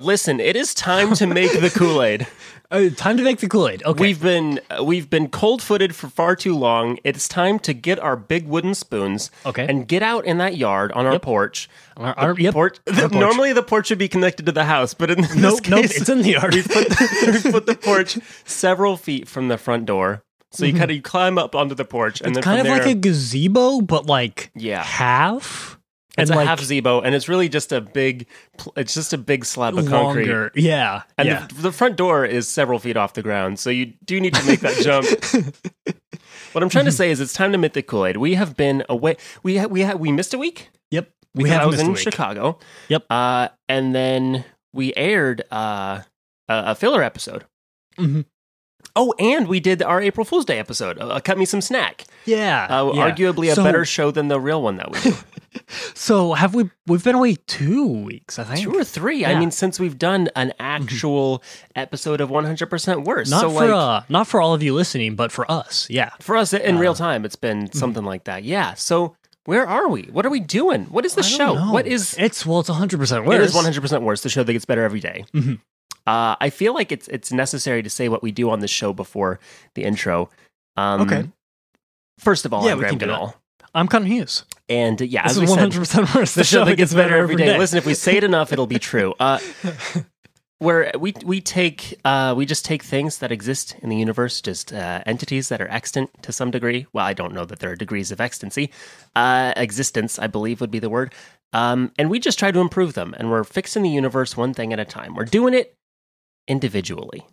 Listen, it is time to make the Kool Aid. Uh, time to make the Kool Aid. Okay. We've been uh, we've been cold footed for far too long. It's time to get our big wooden spoons. Okay. And get out in that yard on our porch. Our- our- yep, Porch, our the- porch. Normally the porch should be connected to the house, but in this nope, case, nope, it's in the yard. we put the, we put the porch several feet from the front door. So you kind of you climb up onto the porch and then Mm-hmm. kind of from like there- a gazebo, but like Yeah. half. it's and a like half zebo and it's really just a big pl- it's just a big slab of concrete. longer. Yeah. And yeah. the, the front door is several feet off the ground, so you do need to make that jump. what I'm trying to say is, it's time to meet the Kool Aid. We have been away. We ha- we ha- we missed a week. yep. We because I have was missed a in week. Chicago. Yep. Uh, and then we aired uh, a, a filler episode. Mhm. Oh, and we did our April Fool's Day episode. Uh, Cut me some snack. Yeah. Uh, yeah. Arguably a So- better show than the real one that we did. So have we? We've been away two weeks. I think. Two or three. I Yeah. Mm-hmm. mean, since we've done an actual episode of 100% worse. Not so for like, uh, not for all of you listening, but for us. Yeah. for us in Uh. real time it's been Mm-hmm. something like that yeah so where are we what are we doing what is the I don't show know. what is It's well, it's hundred percent it worse. is 100% worse the show that gets better every day. Mhm. uh, i feel like it's it's necessary to say what we do on the show before the intro um, Okay. first of all Yeah, I'm we Graham can do that. Goodall. I'm confused. and uh, yeah This as we is one said hundred percent worse. the show that gets better every day. listen if we say it enough it'll be true uh, where we we take uh, we just take things that exist in the universe, just uh, entities that are extant to some degree. Well, I don't know that there are degrees of extancy, uh, existence, I believe would be the word. Um, and we just try to improve them, and we're fixing the universe one thing at a time. We're doing it individually,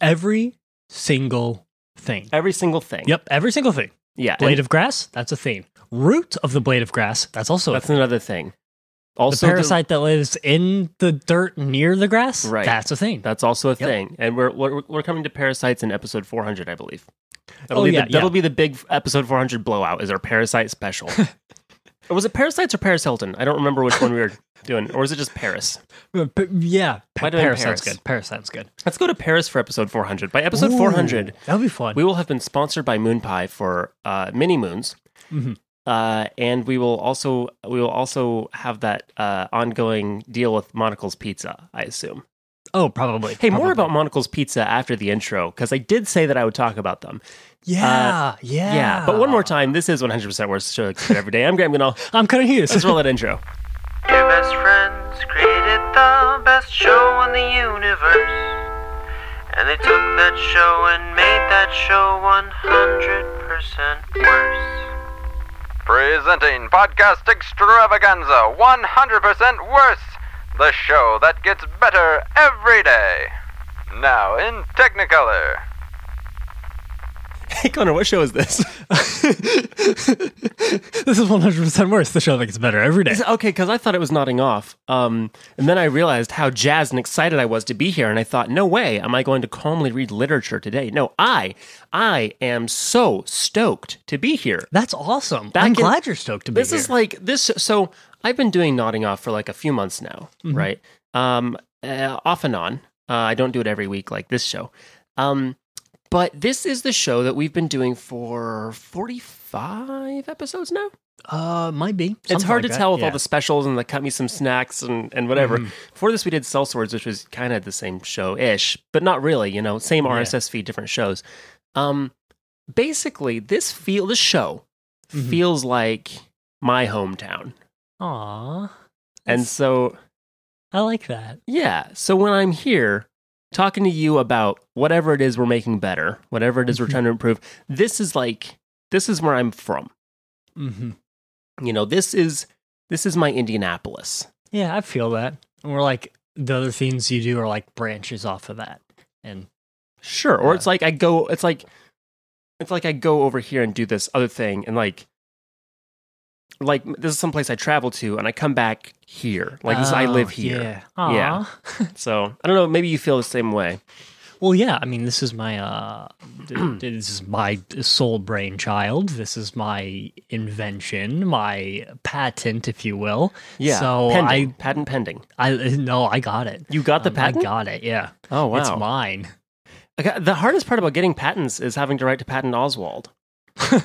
every single thing. every single thing. Yep, every single thing. Yeah. Blade and of grass. That's a thing. Root of the blade of grass. That's also a that's thing. another thing. the Also, the- parasite that lives in the dirt near the grass. Right. That's a thing. that's also a Yep. thing, and we're, we're we're coming to parasites in episode 400, I believe. That'll, Oh, be, yeah, the, that'll be the big episode 400 blowout is our Parasite special. or was it Parasites or Paris Hilton? I don't remember which one we were doing. Or was it just Paris? Uh, p- yeah. Why Pa- do I Paris Paris? sounds good. Paris sounds good. Let's go to Paris for episode 400. By episode Ooh, 400, That would be fun. we will have been sponsored by Moon Pie for uh, mini moons. Mhm. Uh, and we will also we will also have that uh, ongoing deal with Monocle's Pizza, I assume. oh, probably. Hey, more Probably. about Monocle's Pizza after the intro because I did say that I would talk about them. Yeah. yeah. uh, Yeah. but one more time, this is 100% worse show every day. I'm Graham Goodall. I'm kind of Let's used. roll that intro. Your best friends created the best show in the universe. And they took that show and made that show 100% worse. Presenting Podcast Extravaganza 100% Worse, the show that gets better every day. Now in Technicolor. Hey, Connor, what show is this? this is 100% worse. The show that gets better every day. okay, because I thought it was nodding off. Um, and then I realized how jazzed and excited I was to be here. And I thought, no way am I going to calmly read literature today. No, I, I am so stoked to be here. That's awesome. That I'm can- glad you're stoked to be This is here. like this. So I've been doing nodding off for like a few months now, Mm-hmm. right? Um, uh, off and on. Uh, I don't do it every week like this show. Um, but this is the show that we've been doing for 45 episodes now. uh, might be. it's Something hard like to that. tell with Yeah. Mm-hmm. all the specials and the cut me some snacks and, and whatever. Before this, we did Cell Swords, which was kind of the same show ish, but not really, you know, same Yeah. RSS feed, different shows. Um, basically, this feel this show Mhm. feels like my hometown. Aw. And That's- so, I like that. yeah, so when I'm here talking to you about whatever it is we're making better, whatever it is we're trying to improve, this is like, this is where I'm from. Mm-hmm. You know, this is. This is my Indianapolis. Yeah, I feel that. And we're like the other things you do are like branches off of that. And Sure. Or Yeah. it's like I go it's like it's like I go over here and do this other thing and like like this is someplace I travel to and I come back here. Like this I Oh, live here. Yeah. Yeah. Aw. So I don't know, maybe you feel the same way. well, yeah. I mean, this is my uh, th- this is my soul brainchild. This is my invention, my patent, if you will. Yeah. So pending. patent pending. I, I no, I got it. You got the Um, patent? I got it. Yeah. oh wow. It's mine. uh, Okay, the hardest part about getting patents is having to write to Patton Oswald. And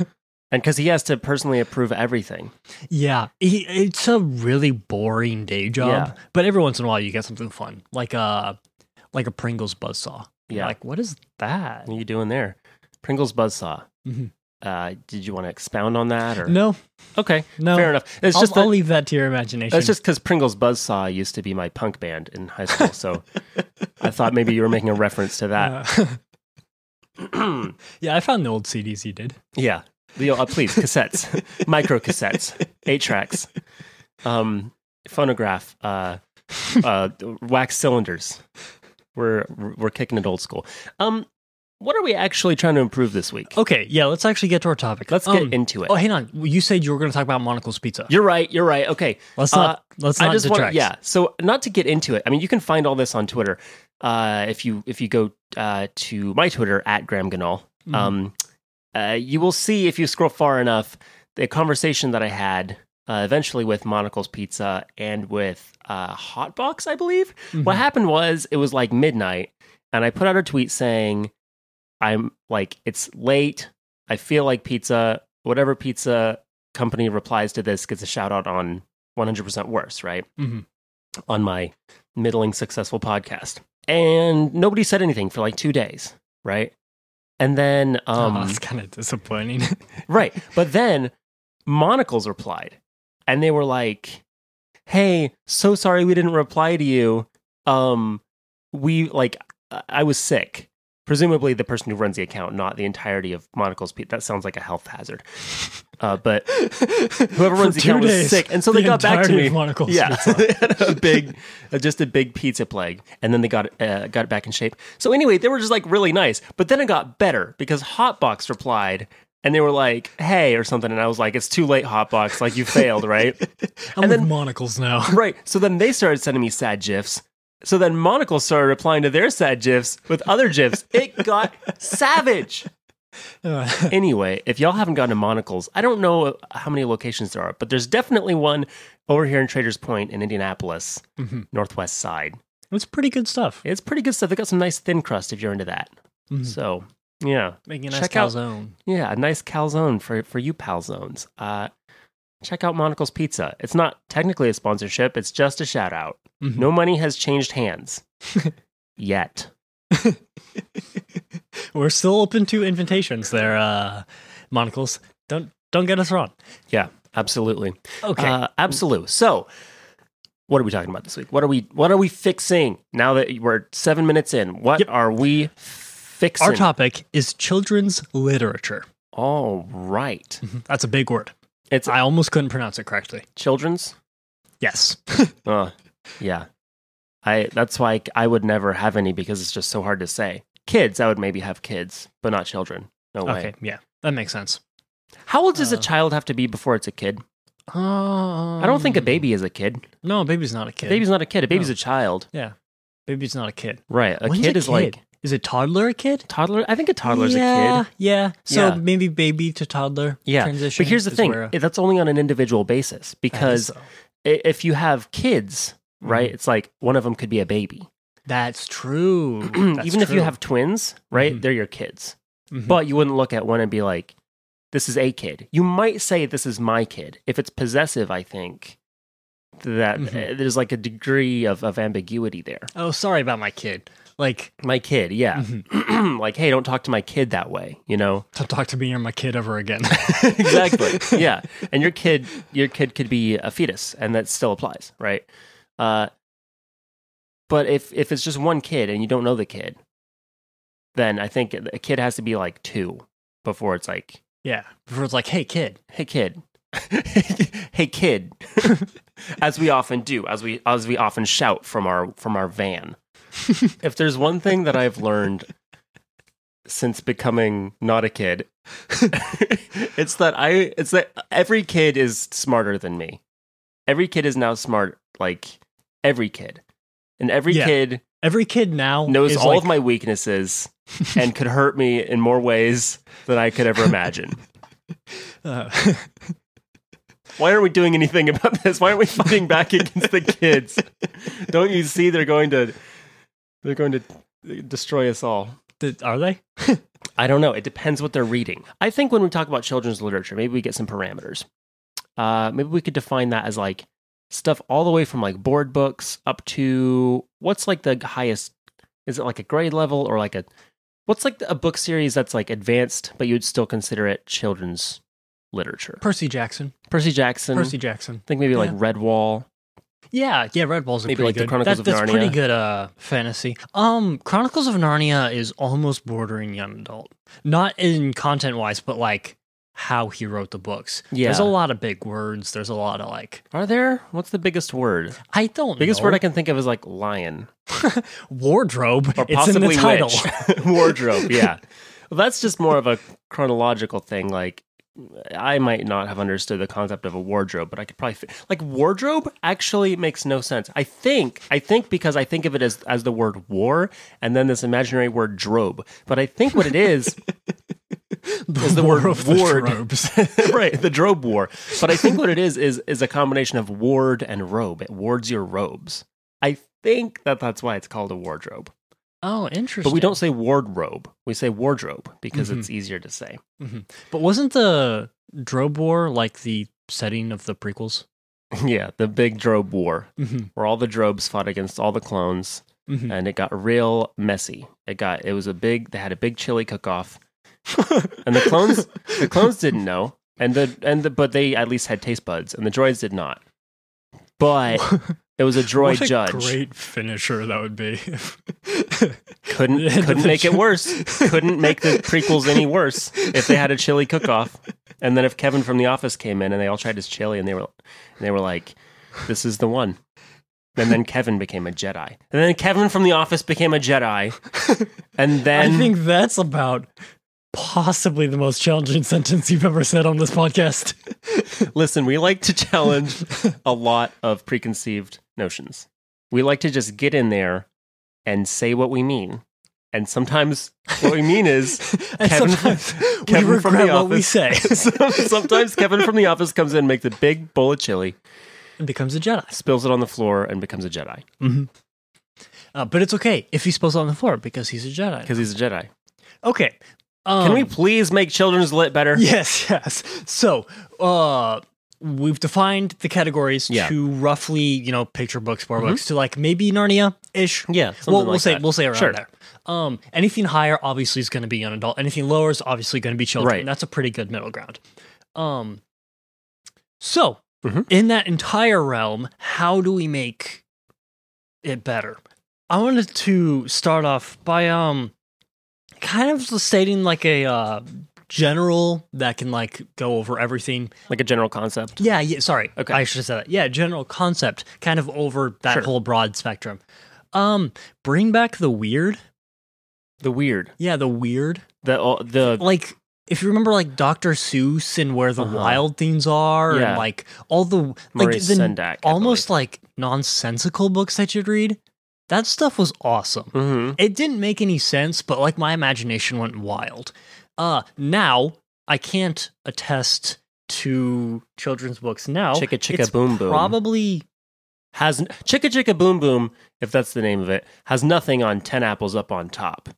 because he has to personally approve everything. Yeah, he, it's a really boring day job, Yeah. but every once in a while you get something fun, like a like a Pringles buzzsaw. You're Yeah. like what is that? What are you doing there? Pringles Buzzsaw. Mhm. Uh, did you want to expound on that? Or No, okay, no, fair enough. It's I'll, just I'll that- leave that to your imagination. That's just because Pringles Buzzsaw used to be my punk band in high school, so I thought maybe you were making a reference to that. Uh, yeah, I found the old CDs you did. yeah, the, uh, please cassettes, micro cassettes, eight tracks, um, phonograph, uh, uh, wax cylinders. We're we're kicking it old school. Um, what are we actually trying to improve this week? Okay, yeah, let's actually get to our topic. Let's get Um, into it. Oh, hang on. You said you were going to talk about Monocle's Pizza. You're right. You're right. Okay. let's not. uh, let's not I just detract. want, yeah. So not to get into it. I mean, you can find all this on Twitter. Uh, if you if you go uh, to my Twitter at Graham Ganol, Mhm. um, uh, you will see if you scroll far enough the conversation that I had uh, eventually with Monocle's Pizza and with uh, Hotbox, I believe. What Mhm. happened was it was like midnight, and I put out a tweet saying, "I'm like it's late. I feel like pizza. Whatever pizza company replies to this gets a shout out on 100% worse, right? Mhm. On my middling successful podcast, and nobody said anything for like two days, right? And then, um, oh, that's kind of disappointing. Right. But then Monocles replied and they were like, Hey, so sorry we didn't reply to you. Um, we like, I- I was sick. Presumably the person who runs the account, not the entirety of Monocles. pe- That sounds like a health hazard. Uh, but Whoever runs the account was sick, and so they got back to me. Monocle's yeah, Pizza. a big, uh, just a big pizza plague, and then they got uh, got it back in shape. So anyway, they were just like really nice, but then it got better because Hotbox replied, and they were like, "Hey" or something, and I was like, "It's too late, Hotbox. Like you failed, right?" I'm And with then- monocles now. right. So then they started sending me sad gifs. So then Monocle started replying to their sad gifs with other gifs. It got savage. Uh, Anyway, if y'all haven't gone to Monocles, I don't know how many locations there are, but there's definitely one over here in Traders Point in Indianapolis, Mhm. northwest side. it's pretty good stuff. It's pretty good stuff. They got some nice thin crust if you're into that. Mhm. So yeah, Making a nice Check out- calzone. yeah, a nice calzone for for you palzones. Uh, check out Monocle's Pizza. It's not technically a sponsorship. It's just a shout out. Mhm. No money has changed hands yet. We're still open to invitations there, uh, monocles. Don't don't get us wrong. Yeah, absolutely. Okay. Uh, absolute. So, what are we talking about this week? What are we What are we fixing now that we're seven minutes in? What Yep. are we fixing? Our topic is children's literature. All right. That's a big word. Mm-hmm. It's I almost couldn't pronounce it correctly. children's. Yes. Uh, yeah. I. That's why I would never have any because it's just so hard to say. Kids, I would maybe have kids, but not children. No way. okay. Yeah. That makes sense. How old does a Uh, child have to be before it's a kid? Um, I don't think a baby is a kid. No, a baby's not a kid. A baby's not a kid. A baby's No. a child. yeah. Baby's not a kid. Right. A When's kid is like Is it toddler a kid? toddler. I think a toddler's a kid. yeah, Yeah. So Yeah. maybe baby to toddler Yeah, transition. But here's the is thing: where a- that's only on an individual basis because That is- Mm-hmm. i if you have kids, right, it's like one of them could be a baby. that's true. That's Even if you true. have twins, right, Mhm. they're your kids. Mhm. But you wouldn't look at one and be like, "This is a kid." You might say, "This is my kid." If it's possessive, I think that uh, Mhm. there's like a degree of, of ambiguity there. oh, sorry about my kid. Like, My kid, yeah. Mm-hmm. like, hey, don't talk to my kid that way, you know? don't talk to me or my kid ever again. exactly. Yeah, and your kid, your kid could be a fetus, and that still applies, right? Uh, but if if it's just one kid and you don't know the kid, then I think a kid has to be like two before it's like, yeah. Before it's like, hey, kid. hey kid, hey kid, as we often do, as we as we often shout from our from our van. if there's one thing that I've learned since becoming not a kid it's that i it's that every kid is smarter than me every kid is now smart like every kid and every Yeah. kid Every kid now knows is all like, of my weaknesses and could hurt me in more ways than i could ever imagine uh, why aren't we doing anything about this why aren't we fighting back against the kids don't you see they're going to they're going to destroy us all th- are they? I don't know. It depends what they're reading. I think when we talk about children's literature, maybe we get some parameters. Uh, maybe we could define that as like stuff all the way from like board books up to what's like the highest. Is it like a grade level or like a what's like a book series that's like advanced, but you'd still consider it children's literature? Percy Jackson. Percy Jackson. Percy Jackson. I think maybe like Yeah. Redwall. Yeah, yeah, Red Ball's a Maybe pretty like the good. Chronicles that- of that's Narnia. pretty good uh, fantasy. Um, Chronicles of Narnia is almost bordering young adult, not in content wise, but like how he wrote the books. Yeah. there's a lot of big words. There's a lot of like Are there? What's the biggest word? I don't Biggest know. word I can think of is like lion wardrobe. or it's in possibly the title. witch. wardrobe. Yeah, well, that's just more of a chronological thing. Like I might not have understood the concept of a wardrobe, but I could probably fi- like wardrobe actually makes no sense. I think I think because I think of it as as the word war and then this imaginary word drobe, but I think what it is is the word of the ward. robes. right, the drobe war. But I think what it is is is a combination of ward and robe. It wards your robes. I think that that's why it's called a wardrobe. oh, interesting. Mm-hmm. But we don't say wardrobe. We say wardrobe because it's easier to say. But wasn't the drobe war like the setting of the prequels? yeah, the big drobe war Mhm. where all the drobes fought against all the clones Mhm. and it got real messy. It got it was a big they had a big chili cook-off. and the clones the clones didn't know and the and the, but they at least had taste buds and the droids did not. But it was a droid what a judge. Great finisher that would be. couldn't Yeah, couldn't the make it show- worse. couldn't make the prequels any worse if they had a chili cook-off. And then if Kevin from The Office came in and they all tried his chili and they were and they were like, "This is the one." And then Kevin became a Jedi. And then Kevin from The Office became a Jedi. And then I think that's about possibly the most challenging sentence you've ever said on this podcast. listen, we like to challenge a lot of preconceived notions. We like to just get in there and say what we mean. And sometimes what we mean is And Kevin- sometimes Kevin we from regret The what we Office. say So- Sometimes Kevin from the office comes in, makes a big bowl of chili, and becomes a Jedi. spills it on the floor, and becomes a Jedi Uh, but it's okay if he spills it on the floor because he's a Jedi. because he's a Jedi. Okay. Um, Can we please make children's lit better? Yes, yes. So, uh, we've defined the categories Yeah. Mm-hmm. to roughly, you know, picture books, board books, to like maybe Narnia ish. Yeah, something we'll, we'll like say that. we'll say around Sure. there. Um, anything higher obviously is going to be young adult. Anything lower is obviously going to be children. Right. That's a pretty good middle ground. Um, so Mhm. in that entire realm, how do we make it better? I wanted to start off by um kind of stating like a uh general that can like go over everything. Like a general concept. Yeah, yeah, sorry. Okay. I should have said that. Yeah, general concept kind of over that Sure. whole broad spectrum. Um bring back the weird. The weird. Yeah, the weird. The uh, the Like if you remember like Dr. Seuss and where the Uh-huh. wild things are Yeah. and like all the like Murray the Sendak. almost like nonsensical books that you'd read. That stuff was awesome. hmm It didn't make any sense, but like my imagination went wild. Uh now I can't attest to children's books now. Chicka Chicka It's Boom Boom. Probably Has Chicka Chicka Boom Boom, if that's the name of it, has nothing on Ten Apples Up on Top.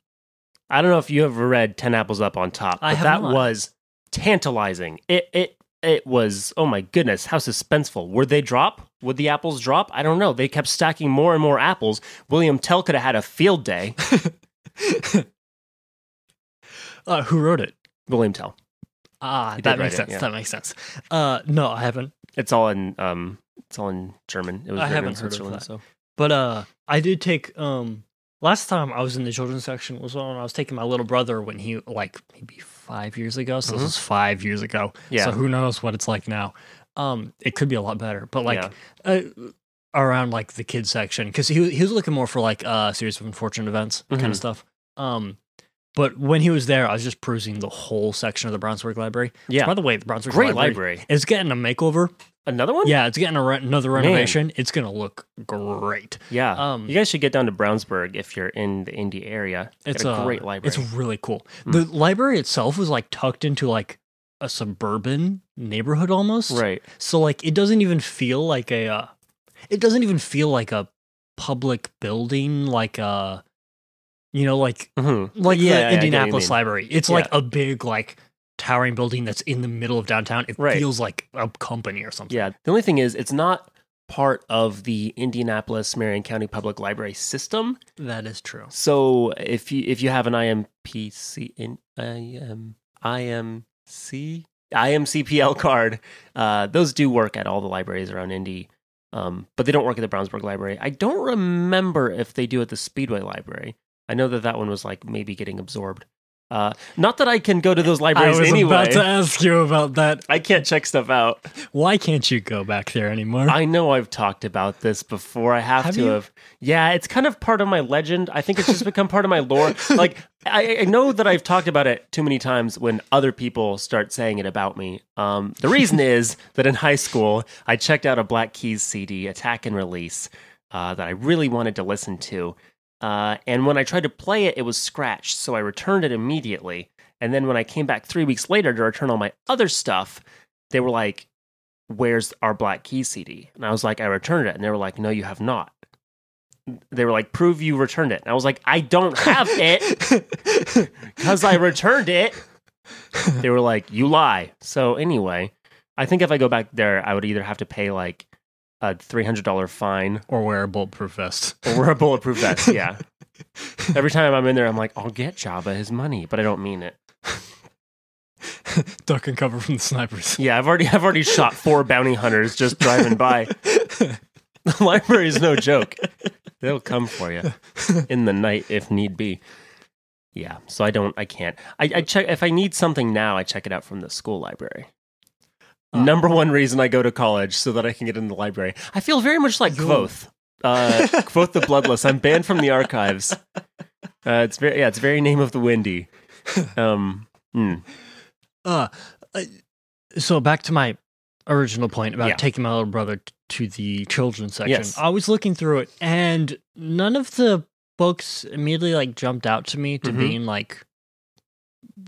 I don't know if you ever read Ten Apples Up on Top, but I have that not. was tantalizing. It it it was oh my goodness, how suspenseful. Would they drop? Would the apples drop? I don't know. They kept stacking more and more apples. William Tell could have had a field day. uh who wrote it? William Tell. Ah, He did that makes write it, sense. yeah. That makes sense. Uh no, I haven't. It's all in um it's all in German. It was I written in haven't heard of Switzerland, that. so But uh I did take um last time I was in the children's section was when I was taking my little brother when he like maybe five years ago. So Mhm. this was five years ago. Yeah. So who knows what it's like now. Um it could be a lot better. But like Yeah. uh, around like the kids section because he was- he was looking more for like uh series of unfortunate events kind Mhm. of stuff. Um but when he was there, I was just perusing the whole section of the Brownsburg Library. Yeah. By the way, the Brownsburg Great Library, library. is getting a makeover. Another one? Yeah, it's getting a re- another renovation. It's gonna look great. Yeah. Um, you guys should get down to Brownsburg if you're in the Indy area. Got It's a uh, great library. Hmm. It's really cool. The library itself was like tucked into like a suburban neighborhood almost. right. So like it doesn't even feel like a uh, it doesn't even feel like a public building like a uh, You know, like Mhm. like Yeah, yeah, I get what the you Indianapolis mean. Library. It's like a big like towering building that's in the middle of downtown. It Right. feels like a company or something. Yeah. The only thing is, it's not part of the Indianapolis Marion County Public Library system. That is true. So if you if you have an IMPC in IM IMC IMCPL card, uh, those do work at all the libraries around Indy, um, but they don't work at the Brownsburg Library. I don't remember if they do at the Speedway Library. I know that that one was like maybe getting absorbed. Uh, not that I can go to those I libraries was anyway. about to ask you about that. I can't check stuff out. Why can't you go back there anymore? I know I've talked about this before. I have, Have to you? have. Yeah, it's kind of part of my legend. I think it's just become part of my lore. Like I, I know that I've talked about it too many times when other people start saying it about me. Um, the reason is that in high school I checked out a Black Keys CD, Attack and Release, uh, that I really wanted to listen to. Uh, and when I tried to play it, it was scratched, so I returned it immediately. And then when I came back three weeks later to return all my other stuff, they were like, where's our Black Keys CD? And I was like, I returned it. And they were like, no, you have not. They were like, prove you returned it. And I was like, I don't have it because I returned it. They were like, you lie. So anyway, I think if I go back there, I would either have to pay like a $300 fine or wear a bulletproof vest. or wear a bulletproof vest. Yeah. Every time I'm in there, I'm like, I'll get Jabba his money, but I don't mean it. Duck and cover from the snipers. Yeah, I've already I've already shot four bounty hunters just driving by. The library is no joke. They'll come for you in the night if need be. Yeah, so I don't, I can't. I, I check if I need something now. I check it out from the school library. Ah. Number one reason I go to college so that I can get in the library. I feel very much like Ooh. Quoth, uh, Quoth the Bloodless. I'm banned from the archives. Uh, it's very yeah, it's very name of the windy. Um, mm, Uh, uh, so back to my original point about Yeah. taking my little brother t- to the children's section. Yes. I was looking through it, and none of the books immediately like jumped out to me to Mhm. being like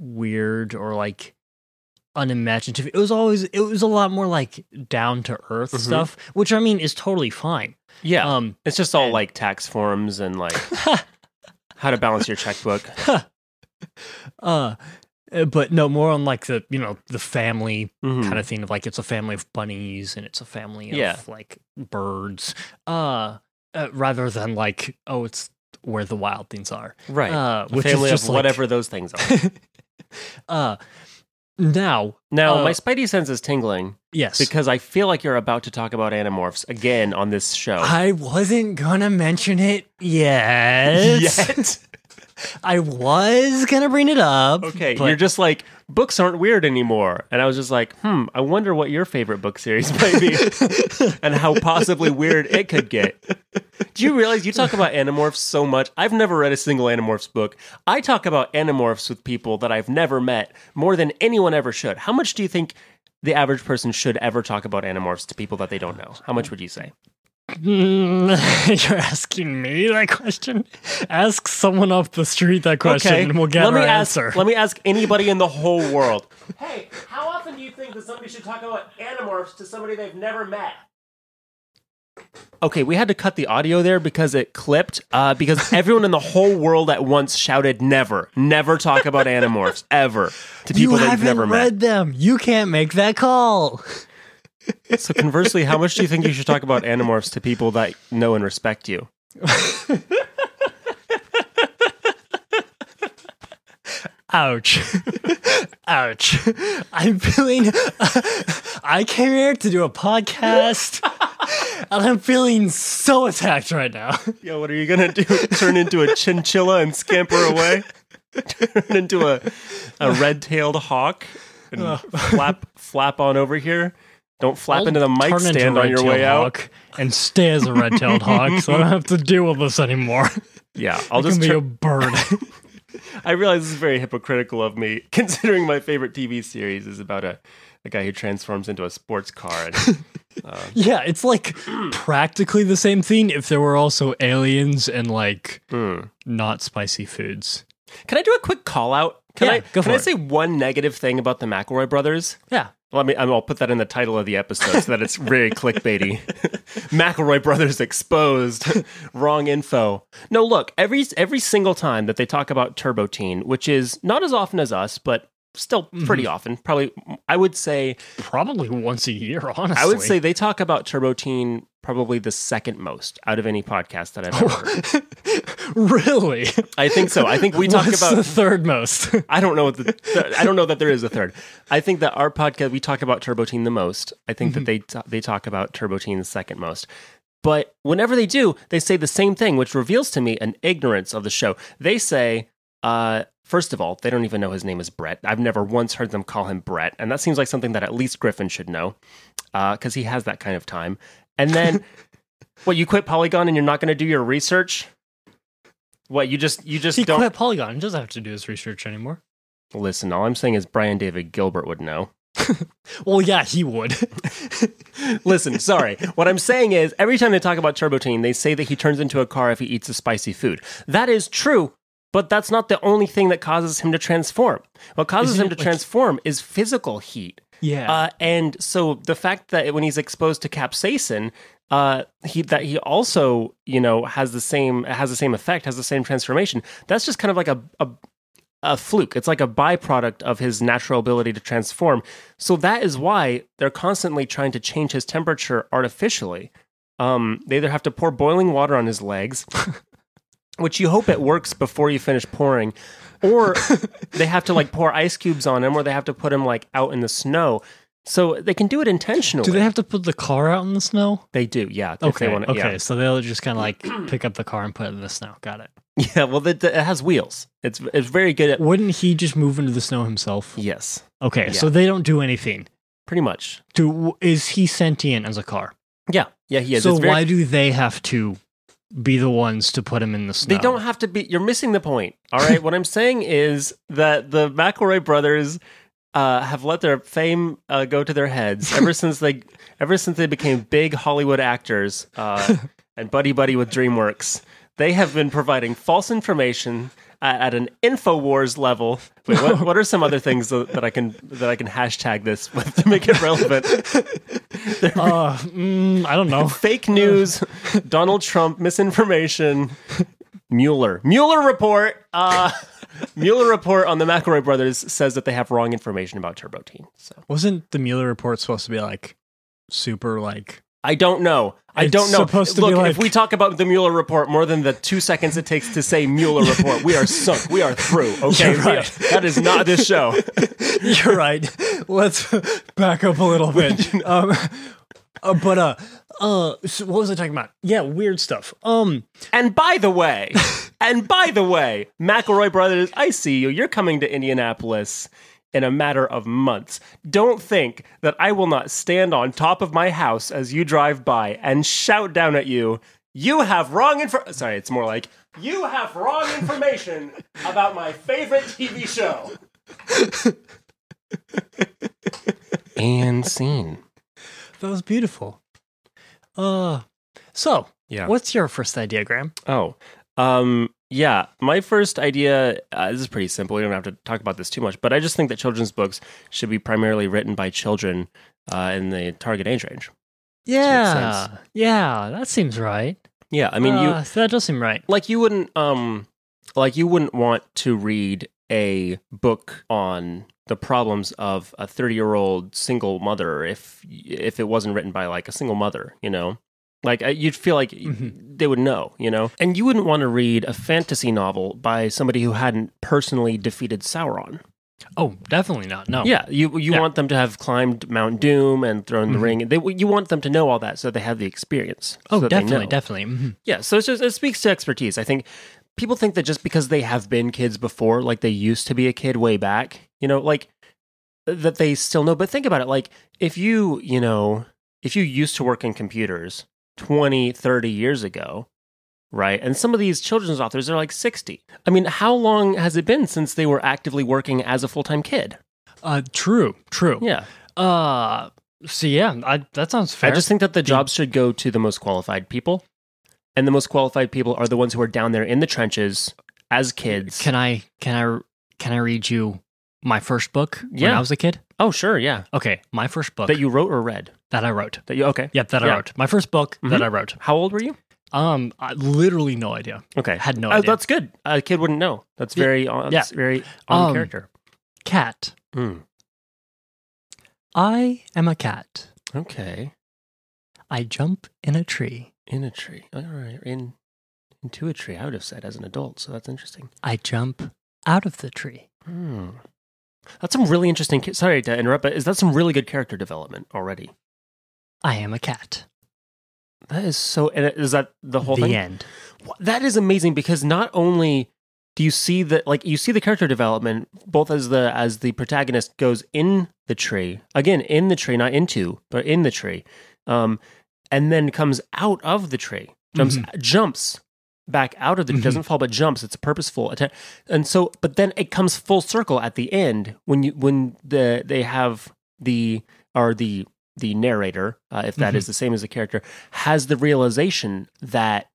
weird or like unimaginative. It was always it was a lot more like down to earth Mhm. stuff, which I mean is totally fine. yeah, Um, it's just all like tax forms and like how to balance your checkbook. uh, but no more on like the you know the family Mhm. kind of thing of like it's a family of bunnies and it's a family of Yeah. like birds uh, uh rather than like oh it's where the wild things are right. uh A which family is just of like- whatever those things are. uh now Now, Uh, my spidey sense is tingling yes because I feel like you're about to talk about animorphs again on this show. i wasn't gonna mention it yet i was gonna bring it up Okay, but you're just like books aren't weird anymore, and I was just like, hmm, I wonder what your favorite book series might be, and how possibly weird it could get. Do you realize you talk about animorphs so much? I've never read a single animorphs book. I talk about animorphs with people that I've never met more than anyone ever should. How much do you think? The average person should ever talk about animorphs to people that they don't know. How much would you say? Mm, you're asking me that question ask someone off the street that question and we'll get let our me ask, answer Let me ask anybody in the whole world. hey, how often do you think that somebody should talk about animorphs to somebody they've never met? Okay, we had to cut the audio there because it clipped. Uh, because everyone in the whole world at once shouted, "Never, never talk about animorphs ever" to people you that you've haven't never read them. You can't make that call. met. So conversely, how much do you think you should talk about animorphs to people that know and respect you? Ouch. Ouch. I'm feeling. I came here to do a podcast, and I'm feeling so attacked right now. Yo, what are you gonna do? Turn into a chinchilla and scamper away? Turn into a a red-tailed hawk and flap flap on over here? Don't flap into the mic Turn into stand on your red-tailed way out. hawk and stay as a red-tailed hawk, so I don't have to deal with this anymore. Yeah, I'll Just just. be Tr- a bird. I realize this is very hypocritical of me, considering my favorite TV series is about a a guy who transforms into a sports car. And, yeah, it's like practically the same thing. If there were also aliens and like Hmm. not spicy foods. Can I do a quick call out? Can Yeah, I go can for I it. say one negative thing about the McElroy brothers? Yeah. Let me. I'll put that in the title of the episode so that it's very clickbaity. McElroy brothers exposed. Wrong info. No, look. Every every single time that they talk about Turbo Teen, which is not as often as us, but still pretty often. Probably, I would say. Probably once a year, honestly. I would say they talk about Turbo Teen probably the second most out of any podcast that I've ever. heard. really. I think so. I think we talk What's about the third most. I don't know what the th- I don't know that there is a third. I think that our podcast we talk about Turboteen the most. I think Mm-hmm. that they t- they talk about Turboteen the second most. But whenever they do, they say the same thing, which reveals to me an ignorance of the show. They say, uh, first of all, they don't even know his name is Brett. I've never once heard them call him Brett, and that seems like something that at least Griffin should know, because he has that kind of time. And then, what you quit Polygon and you're not going to do your research? What you just you just he don't quit Polygon. He doesn't have to do his research anymore. Listen, all I'm saying is Brian David Gilbert would know. Well, yeah, he would. Listen, sorry. What I'm saying is every time they talk about Turboteen, they say that he turns into a car if he eats a spicy food. That is true, but that's not the only thing that causes him to transform. What causes Isn't him it to like- transform is physical heat. yeah. Uh, and so the fact that when he's exposed to capsaicin, uh, he that he also you know has the same has the same effect, has the same transformation. That's just kind of like a a, a fluke. It's like a byproduct of his natural ability to transform. So that is why they're constantly trying to change his temperature artificially. Um, they either have to pour boiling water on his legs, which you hope it works before you finish pouring, or they have to like pour ice cubes on him, or they have to put him like out in the snow. So they can do it intentionally. do they have to put the car out in the snow? They do, yeah. if Okay. they wanna- okay. yeah. So they'll just kind of like pick up the car and put it in the snow. Got it. Yeah, well, it, it has wheels. It's it's very good at Wouldn't he just move into the snow himself? yes, Okay. Yeah. So they don't do anything. pretty much. Do is he sentient as a car? Yeah, yeah, he is. so It's very- why do they have to be the ones to put him in the snow? They don't have to be. You're missing the point. All right. what I'm saying is that the McElroy brothers uh, have let their fame uh, go to their heads ever since they ever since they became big Hollywood actors uh, and buddy buddy with DreamWorks. They have been providing false information at, at an Infowars level. Wait, what, what are some other things that, that I can that I can hashtag this with to make it relevant? Uh, mm, I don't know. Fake news, Donald Trump, misinformation, Mueller. Mueller report. Uh, Mueller report on the McElroy brothers says that they have wrong information about Turboteen. So Wasn't the Mueller report supposed to be like super like? I don't know. I It's don't know. supposed to Look, be like- if we talk about the Mueller report more than the two seconds it takes to say Mueller report, we are sunk. We are through. Okay, You're We are- right. that is not this show. You're right. Let's back up a little bit. Um, uh, but uh, uh, so what was I talking about? Yeah, weird stuff. Um, And by the way, and by the way, McElroy brothers, I see you. You're coming to Indianapolis in a matter of months. Don't think that I will not stand on top of my house as you drive by and shout down at you. You have wrong info. Sorry, it's more like you have wrong information about my favorite TV show. and scene. that was beautiful. Uh, so Yeah. what's your first idea, Graham? Oh, um, yeah. My first idea uh, this is pretty simple. We don't have to talk about this too much, but I just think that children's books should be primarily written by children uh, in the target age range. Yeah, yeah, that seems right. Yeah, I mean, you Uh, that does seem right. like you wouldn't um, like you wouldn't want to read a book on the problems of a thirty-year-old single mother if if it wasn't written by like a single mother, you know. Like I- you'd feel like Mhm. they would know, you know. And you wouldn't want to read a fantasy novel by somebody who hadn't personally defeated Sauron. Oh, definitely not. No. Yeah, you you Yeah. want them to have climbed Mount Doom and thrown the Mhm. ring. They you want them to know all that so they have the experience. Oh, so that they definitely, know. definitely. Mhm. Yeah, so it's just, it speaks to expertise. I think people think that just because they have been kids before, like they used to be a kid way back, you know, like that they still know. But think about it. Like if you, you know, if you used to work in computers 20, 30 years ago, right? And some of these children's authors are like 60. I mean, how long has it been since they were actively working as a full time kid? Uh, true, true. Yeah. Uh, so yeah, I, that sounds fair. Hmm. I just think that the jobs should go to the most qualified people. And the most qualified people are the ones who are down there in the trenches as kids. Can I can I can I read you my first book when Yeah. I was a kid? Oh, sure, yeah. Okay, my first book That you wrote or read? that I wrote. That you okay? Yep, that Yeah. I wrote. My first book that Mhm. I wrote. How old were you? Um, I literally no idea. Okay, Had no Uh, idea. that's good. A kid wouldn't know. That's Yeah. very on. Yeah. That's very on Um, character. Cat. Mm. I am a cat. Okay, I jump in a tree. in a tree. All right, in into a tree. I would have said as an adult. So that's interesting. I jump out of the tree. Hmm. That's some really interesting. ca- Sorry to interrupt, but is that some really good character development already? I am a cat. That is so. And is that the whole the thing? end. Wha- That is amazing because not only do you see the like you see the character development both as the as the protagonist goes in the tree again in the tree not into but in the tree, um, and then comes out of the tree jumps jumps back out of the Mhm. doesn't fall but jumps it's a purposeful attempt and so but then it comes full circle at the end when you when the they have the or the the narrator uh, if that is Mm-hmm. the same as the character has the realization that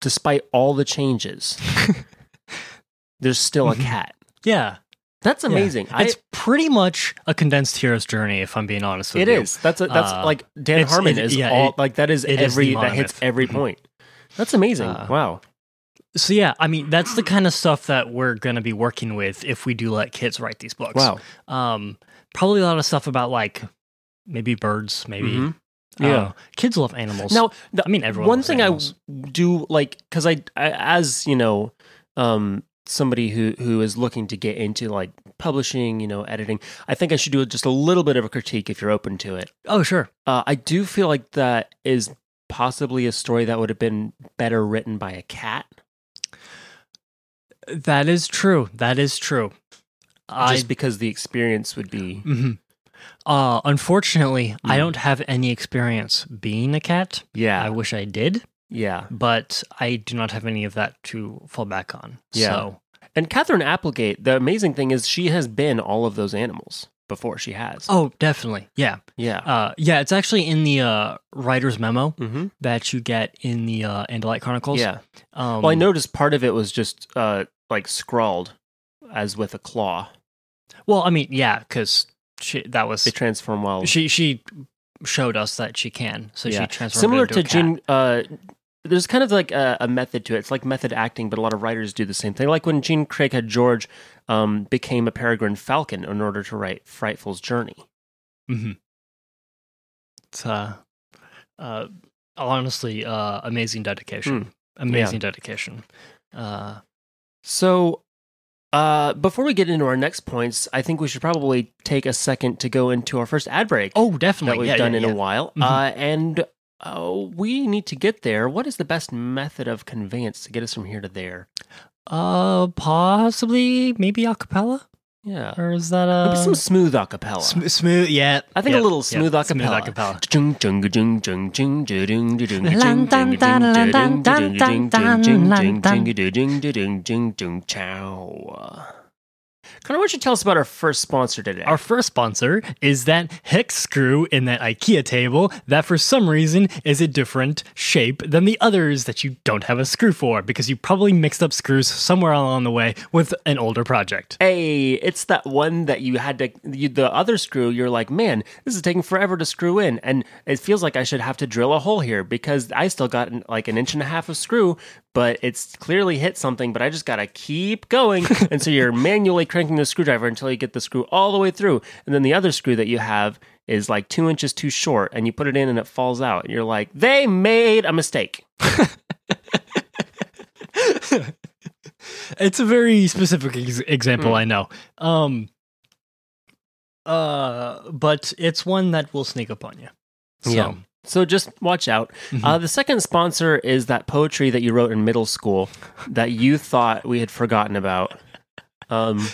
despite all the changes there's still a Mhm. cat Yeah, that's Yeah. amazing I, it's pretty much a condensed hero's journey. If I'm being honest with it you, is that's a, that's Uh, like dan it's- harmon it- is yeah, all it- like that is it is every the that hits monolith. every Mhm. point that's amazing Uh, wow So yeah, I mean that's the kind of stuff that we're going to be working with if we do let kids write these books. wow Um, probably a lot of stuff about like maybe birds, maybe. Mhm. I don't Yeah. know. kids love animals. Now, the, I mean, everyone One loves thing I animals. w- do like because I, I, as you know, um, somebody who who is looking to get into like publishing, you know, editing, I think I should do just a little bit of a critique if you're open to it. oh sure, Uh, I do feel like that is possibly a story that would have been better written by a cat, that is true. That is true. I just because the experience would be. Mhm. Uh, unfortunately, I Mm. don't have any experience being a cat. I Yeah, wish I did, yeah. but I do not have any of that to fall back on. Yeah. So, And Catherine Applegate, the amazing thing is she has been all of those animals before. She has. oh, definitely, yeah, yeah. uh, yeah. It's actually in the uh, writer's memo mm-hmm. that you get in the uh, Andalite Chronicles. Yeah. Um, Well, I noticed part of it was just uh, like scrawled as with a claw. Well, I mean, yeah, because that was They transform while she. She showed us that she can, so Yeah. she transformed similar into to a cat. Gene. Uh, there's kind of like a, a method to it. It's like method acting, but a lot of writers do the same thing. Like when Gene Craig had George um, became a peregrine falcon in order to write Frightful's Journey. Mm-hmm. It's uh, uh, honestly uh, amazing Hmm. dedication. Amazing dedication. Uh, So, uh, before we get into our next points, I think we should probably take a second to go into our first ad break. oh, that definitely. we've yeah, done yeah, in yeah. a while. Mhm. Uh, and uh, we need to get there. What is the best method of conveyance to get us from here to there? Uh, possibly maybe a cappella, Yeah. or is that Maybe uh some smooth acapella. sm- smooth? Yeah, I think yep, a little yep, smooth acapella. Smooth acapella. Connor, why don't you tell us about our first sponsor today? Our first sponsor is that hex screw in that IKEA table that for some reason is a different shape than the others that you don't have a screw for because you probably mixed up screws somewhere along the way with an older project. Hey, it's that one that you had to you, the other screw. You're like, man, this is taking forever to screw in, and it feels like I should have to drill a hole here because I still got an, like an inch and a half of screw, but it's clearly hit something. But I just gotta keep going, and so you're manually cranking the screwdriver until you get the screw all the way through, and then the other screw that you have is like two inches too short, and you put it in and it falls out, and you're like, they made a mistake. It's a very specific ex- example, Hmm. I know. Um, uh, but it's one that will sneak up on you. So, Yeah. So just watch out. Uh, the second sponsor is that poetry that you wrote in middle school that you thought we had forgotten about, um,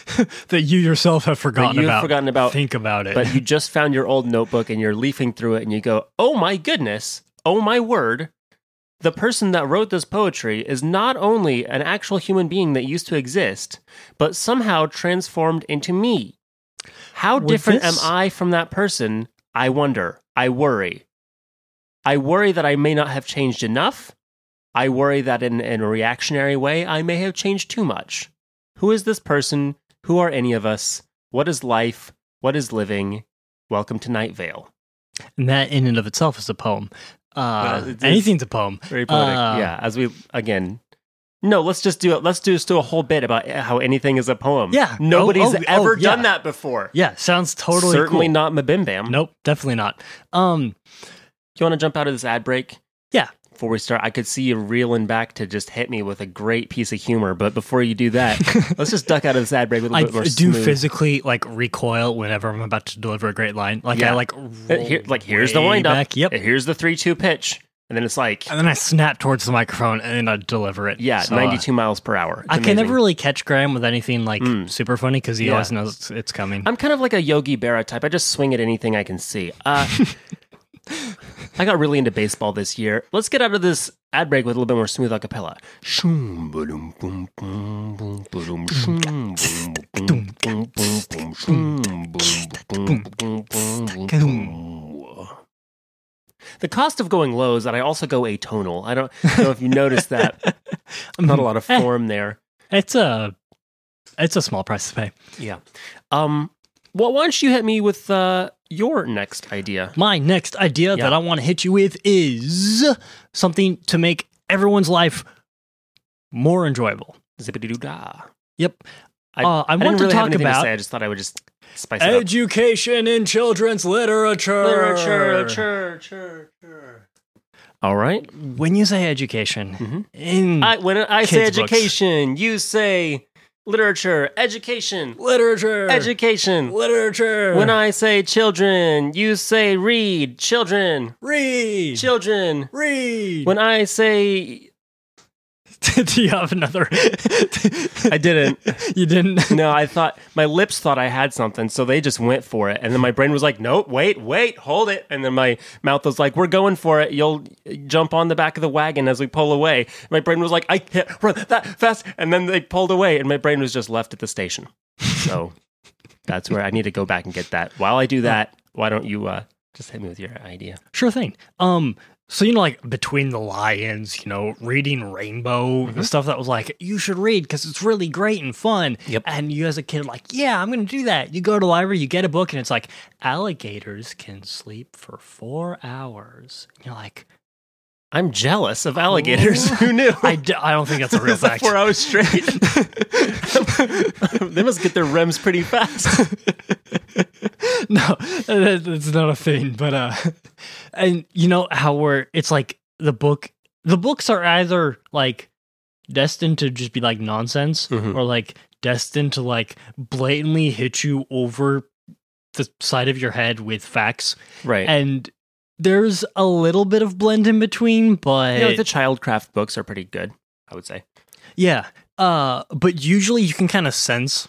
that you yourself have forgotten that you about. had forgotten about, Think about it. but you just found your old notebook and you're leafing through it and you go, "Oh my goodness! Oh my word!" The person that wrote this poetry is not only an actual human being that used to exist, but somehow transformed into me. How Would different this- am I from that person? I wonder. I worry. I worry that I may not have changed enough. I worry that in, in a reactionary way, I may have changed too much. Who is this person? Who are any of us? What is life? What is living? Welcome to Night Vale. And that in and of itself is a poem. Uh, Well, it's- anything's a poem. Very poetic. Uh, yeah. As we again. No, let's just do it. Let's do just do a whole bit about how anything is a poem. Yeah. Nobody's Oh, oh, ever oh, yeah. done that before. Yeah, sounds totally Certainly cool. not Mabim Bam. Nope, definitely not. Um, Do you want to jump out of this ad break? Yeah. Before we start, I could see you reeling back to just hit me with a great piece of humor, but before you do that, let's just duck out of this ad break with a I little bit more do smooth- physically like recoil whenever I'm about to deliver a great line. Like Yeah. I like Uh, here- roll like here's the way wind up. back. Yep. Here's the three two pitch, and then it's like And then I snap towards the microphone and then I deliver it. yeah, So, uh, ninety two miles per hour. It's I can amazing. never really catch Graham with anything like Mm. super funny because he Yeah. always knows it's, it's coming. I'm kind of like a Yogi Berra type. I just swing at anything I can see. Uh, I got really into baseball this year. Let's get out of this ad break with a little bit more smooth a cappella. Shoom, ba-dum, boom, boom, boom, ba-dum, shoom, boom, boom, boom, boom, shoom, boom, boom, boom, boom, boom. The cost of going low is that I also go atonal. I don't know if you noticed that. Not a lot of Eh. form there. It's a it's a small price to pay. Yeah. Um. Well, why don't you hit me with uh, your next idea? My next idea Yeah. that I want to hit you with is something to make everyone's life more enjoyable. Zippity doo dah. Yep. I- uh, I, I, want didn't really to have talk anything to about say. I just thought I would just spice it up. education in children's literature. literature, literature. All right. When you say education, Mhm. in I, when I say Kids' books. education, you say literature, education, literature, education. literature. When I say children, you say read, children, read, children. read. When I say Do you have another? I didn't. you didn't. No, I thought my lips thought I had something, so they just went for it, and then my brain was like, "Nope, wait, wait, hold it," and then my mouth was like, "We're going for it. You'll jump on the back of the wagon as we pull away." My brain was like, "I can't run that fast," and then they pulled away, and my brain was just left at the station. So that's where I need to go back and get that. While I do that, why don't you uh, just hit me with your idea? Sure thing. Um, so you know, like between the lions, you know, reading Rainbow, Mm-hmm. the stuff that was like you should read because it's really great and fun. Yep. And you as a kid, like, yeah, I'm gonna do that. You go to the library, you get a book, and it's like alligators can sleep for four hours. And you're like, I'm jealous of alligators. Who knew? I, d- I don't think that's a real It's like fact. Four hours straight. they must get their REMs pretty fast. no, that- that's not a thing. But uh, and you know how we're it's like the book. The books are either like destined to just be like nonsense, Mhm. or like destined to like blatantly hit you over the side of your head with facts. Right. And there's a little bit of blend in between, but You know, the childcraft books are pretty good, I would say. yeah. Uh, but usually you can kind of sense.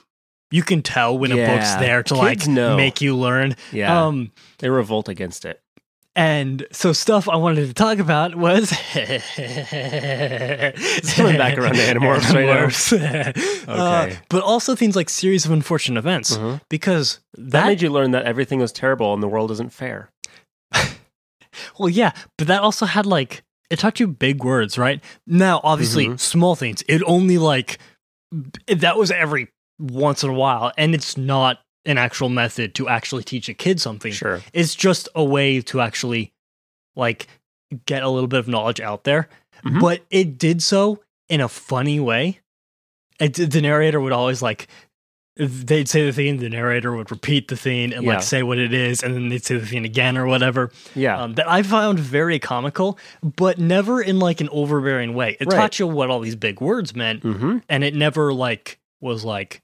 You can tell when a book's Yeah. there to Kids like know. make you learn. Yeah. Um, they revolt against it. And so stuff I wanted to talk about was It's coming back around to Animorphs right now. Animorphs. Uh, Okay. but also things like series of unfortunate events Mhm. because That that, made you learn that everything was terrible and the world isn't fair. well yeah, but that also had like it taught you big words, right? Now obviously Mhm. small things. It only like b- that was every once in a while and it's not an actual method to actually teach a kid something. Sure. It's just a way to actually like get a little bit of knowledge out there. Mhm. But it did so in a funny way. It, the narrator would always like they'd say the thing, the narrator would repeat the thing and Yeah. like say what it is, and then they'd say the thing again or whatever. Yeah. Um, that I found very comical, but never in like an overbearing way. It Right. taught you what all these big words meant, mm-hmm. and it never like was like,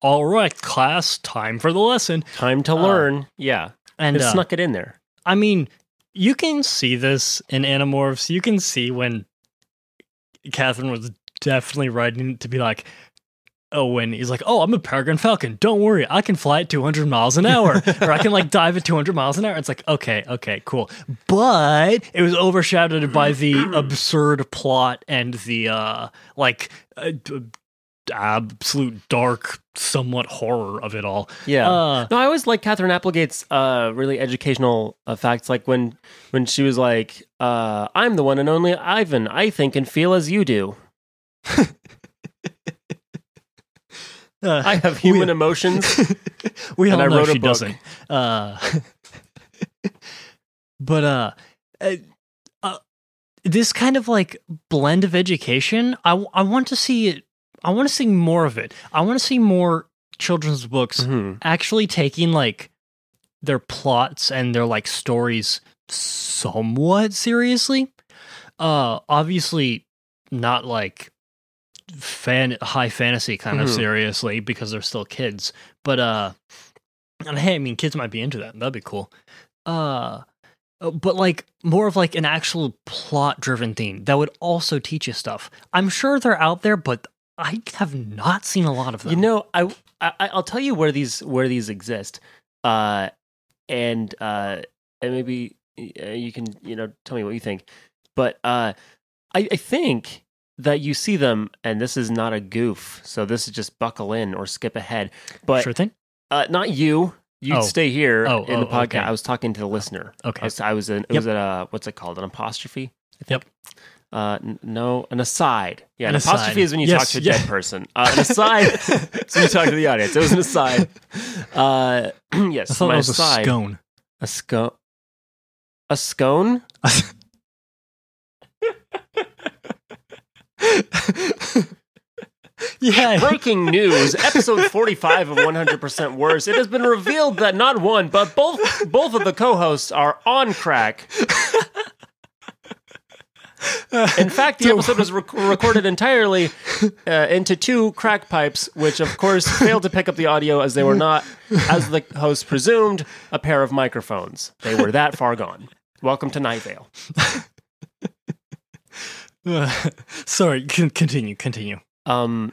all right, class, time for the lesson. Time to uh, learn. Yeah. And it uh, snuck it in there. I mean, you can see this in Animorphs. You can see when Catherine was definitely writing it to be like, oh, when he's like, oh, I'm a peregrine falcon. Don't worry. I can fly at 200 miles an hour or I can like dive at 200 miles an hour. It's like, okay, okay, cool. But it was overshadowed by the absurd plot and the uh, like uh, d- absolute dark, somewhat horror of it all. Yeah. Uh, No, I always like Catherine Applegate's uh, really educational uh, facts, like when when she was like, uh, "I'm the one and only Ivan. I think and feel as you do." Uh, I have human emotions. we all And I know wrote a she book. doesn't. Uh, but uh, uh, uh, this kind of like blend of education, I w- I want to see it. I want to see more of it. I want to see more children's books Mhm. actually taking like their plots and their like stories somewhat seriously. Uh, obviously not like fan high fantasy kind of Mhm. seriously because they're still kids. But uh, and hey, I mean, kids might be into that. That'd be cool. Uh, uh, but like more of like an actual plot driven theme that would also teach you stuff. I'm sure they're out there, but I have not seen a lot of them. You know, I, I I'll tell you where these where these exist, uh, and uh, and maybe uh, you can you know tell me what you think. But uh, I, I think that you see them, and this is not a goof. So this is just buckle in or skip ahead. But sure thing. uh, not you. You Oh. would stay here Oh, in the oh, podcast. okay. I was talking to the listener. I Okay. was, I was in, it Yep. was at a, what's it called? An apostrophe? I Yep. Uh, n- no, an aside. Yeah, An an, apostrophe aside. is when you Yes, talk to a yeah. dead person. Uh, an aside is when you talk to the audience. It was an aside. Uh, yes, I thought my that was aside. a scone. A scone. A scone? yeah. Breaking news, episode 45 of 100% Worse. It has been revealed that not one, but both both of the co-hosts are on crack. In fact, the episode was rec- recorded entirely uh, into two crack pipes, which of course failed to pick up the audio as they were not, as the host presumed, a pair of microphones. They were that far gone. Welcome to Night Vale. Uh, sorry. Con- continue. Continue. um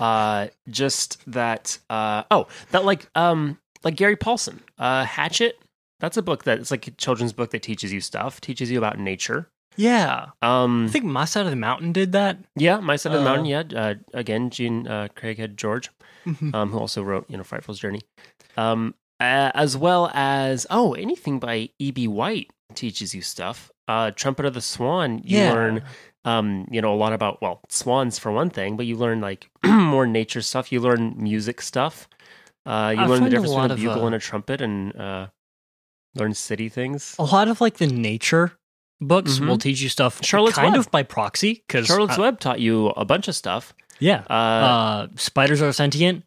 uh just that uh oh that like um like gary paulson uh hatchet that's a book that it's like a children's book that teaches you stuff teaches you about nature Yeah. I um think my side of the mountain did that. yeah my son of the Uh, mountain yeah uh, again gene uh, craighead george um who also wrote you know frightful's journey um a- as well as oh anything by eb white teaches you stuff uh trumpet of the swan you Yeah. learn um, you know, a lot about well, swans for one thing, but you learn like more nature stuff. You learn music stuff. Uh, you I learn find a the difference lot between a of, bugle uh, and a trumpet, and uh, learn city things. A lot of like the nature books Mhm. will teach you stuff. Charlotte's kind Web. of by proxy because Charlotte's Web taught you a bunch of stuff. Yeah. Uh, Uh, spiders are sentient.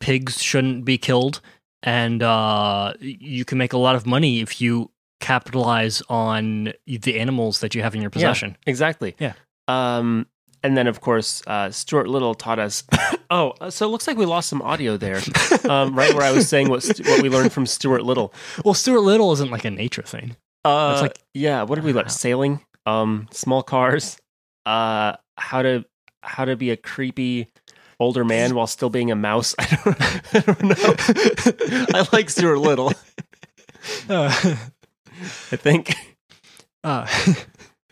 Pigs shouldn't be killed, and uh, you can make a lot of money if you capitalize on the animals that you have in your possession. exactly. Yeah. Um, and then of course, uh, Stuart Little taught us. oh, uh, so it looks like we lost some audio there, Uh, um, right where I was saying what stu- what we learned from Stuart Little. Well, Stuart Little isn't like a nature thing. Uh, It's like- uh-huh. yeah. What did we learn? Sailing, um, small cars, uh, how to how to be a creepy older man while still being a mouse. I don't, I don't know. I like Stuart Little. Uh, I think. uh,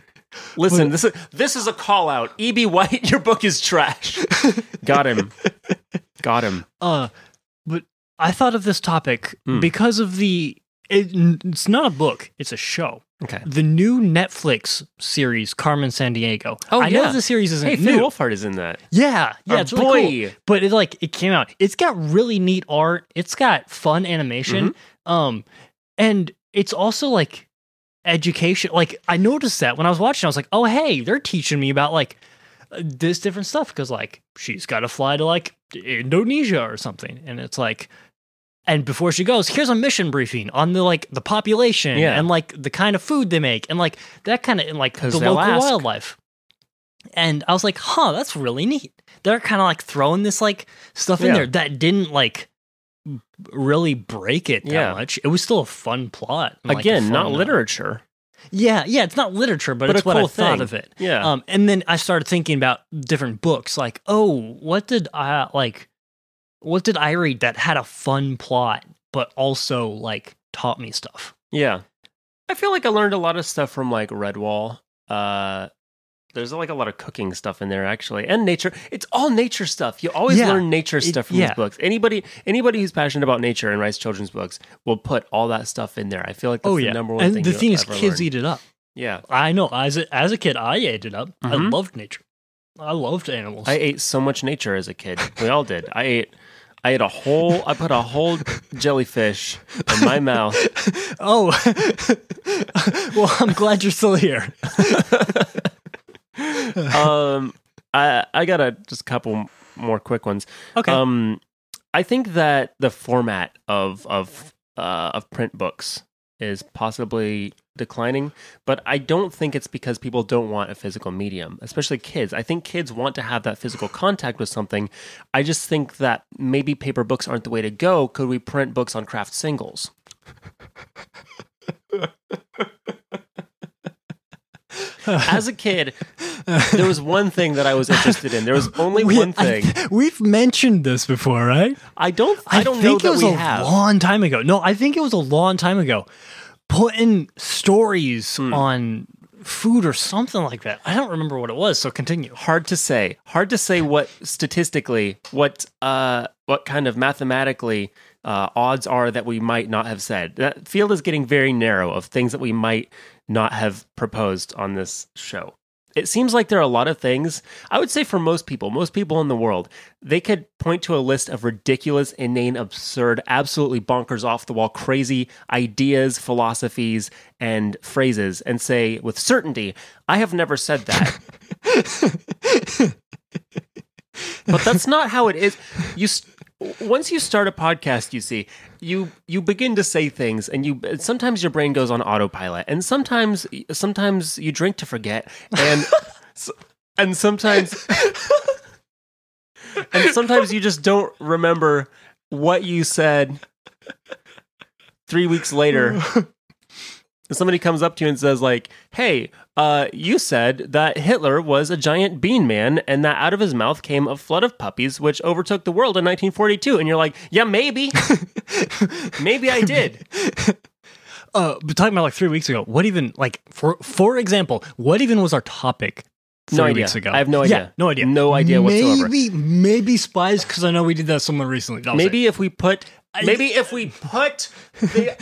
Listen, this is this is a call out. E. B. White, your book is trash. Got him. Got him. Uh, but I thought of this topic Hmm. because of the. It, it's not a book; it's a show. Okay. The new Netflix series Carmen San Diego. Oh, I yeah. know the series isn't Hey, new. Finn Wolfhard is in that. Yeah, yeah, Our it's really cool. boy. But it like it came out. It's got really neat art. It's got fun animation. Mm-hmm. Um, and it's also like education. Like I noticed that when I was watching, I was like, oh hey, they're teaching me about like uh, this different stuff because like she's got to fly to like Indonesia or something, and it's like. And before she goes, here's a mission briefing on the like the population Yeah. and like the kind of food they make and like that kind of and like the 'Cause local they'll ask. wildlife. And I was like, huh, that's really neat. They're kind of like throwing this like stuff in Yeah. there that didn't like b- really break it that Yeah. much. It was still a fun plot. and, like, a Again, fun, not uh, literature. Yeah, yeah, it's not literature, but, But a it's what cool I thought thing. of it. Yeah. Um, and then I started thinking about different books. Like, oh, what did I like? What did I read that had a fun plot, but also like taught me stuff? Yeah. I feel like I learned a lot of stuff from like Redwall. Uh there's like a lot of cooking stuff in there actually and nature. It's all nature stuff. You always Yeah. learn nature It- stuff from yeah. these books. Anybody anybody who's passionate about nature and writes children's books will put all that stuff in there. I feel like that's oh the yeah, number one and thing. the you'll thing is, ever kids learn. eat it up. Yeah. I know. As a, as a kid, I ate it up. I Mhm. loved nature. I loved animals. I ate so much nature as a kid. We all did. I ate I ate a whole. I put a whole jellyfish in my mouth. Oh, well, I'm glad you're still here. Um, I I got a just a couple more quick ones. Okay. Um, I think that the format of of uh, of print books is possibly declining, but I don't think it's because people don't want a physical medium, especially kids. I think kids want to have that physical contact with something. I just think that maybe paper books aren't the way to go. Could we print books on craft singles? As a kid, there was one thing that I was interested in. There was only We- one I- thing. we've mentioned this before, right? I don't. I don't think know it that was we a have. long time ago. No, I think it was a long time ago. Putting stories Hmm. on food or something like that. I don't remember what it was. So continue. Hard to say. Hard to say what statistically, what uh, what kind of mathematically uh, odds are that we might not have said. That field is getting very narrow of things that we might not have proposed on this show. It seems like there are a lot of things. I would say for most people, most people in the world, they could point to a list of ridiculous, inane, absurd, absolutely bonkers, off the wall, crazy ideas, philosophies, and phrases and say with certainty, I have never said that. but that's not how it is. You s- once you start a podcast, you see you you begin to say things, and you sometimes your brain goes on autopilot, and sometimes sometimes you drink to forget, and s- and sometimes and sometimes you just don't remember what you said three weeks later. And somebody comes up to you and says like hey uh, you said that hitler was a giant bean man and that out of his mouth came a flood of puppies which overtook the world in 1942 and you're like yeah maybe maybe i did Uh, but talking about like three weeks ago, what even like for for example, what even was our topic? Three No idea. Weeks ago? I have no Yeah, idea. no idea. No idea whatsoever. Maybe maybe spies because I know we did that with someone recently. That was maybe if we put I- maybe if we put the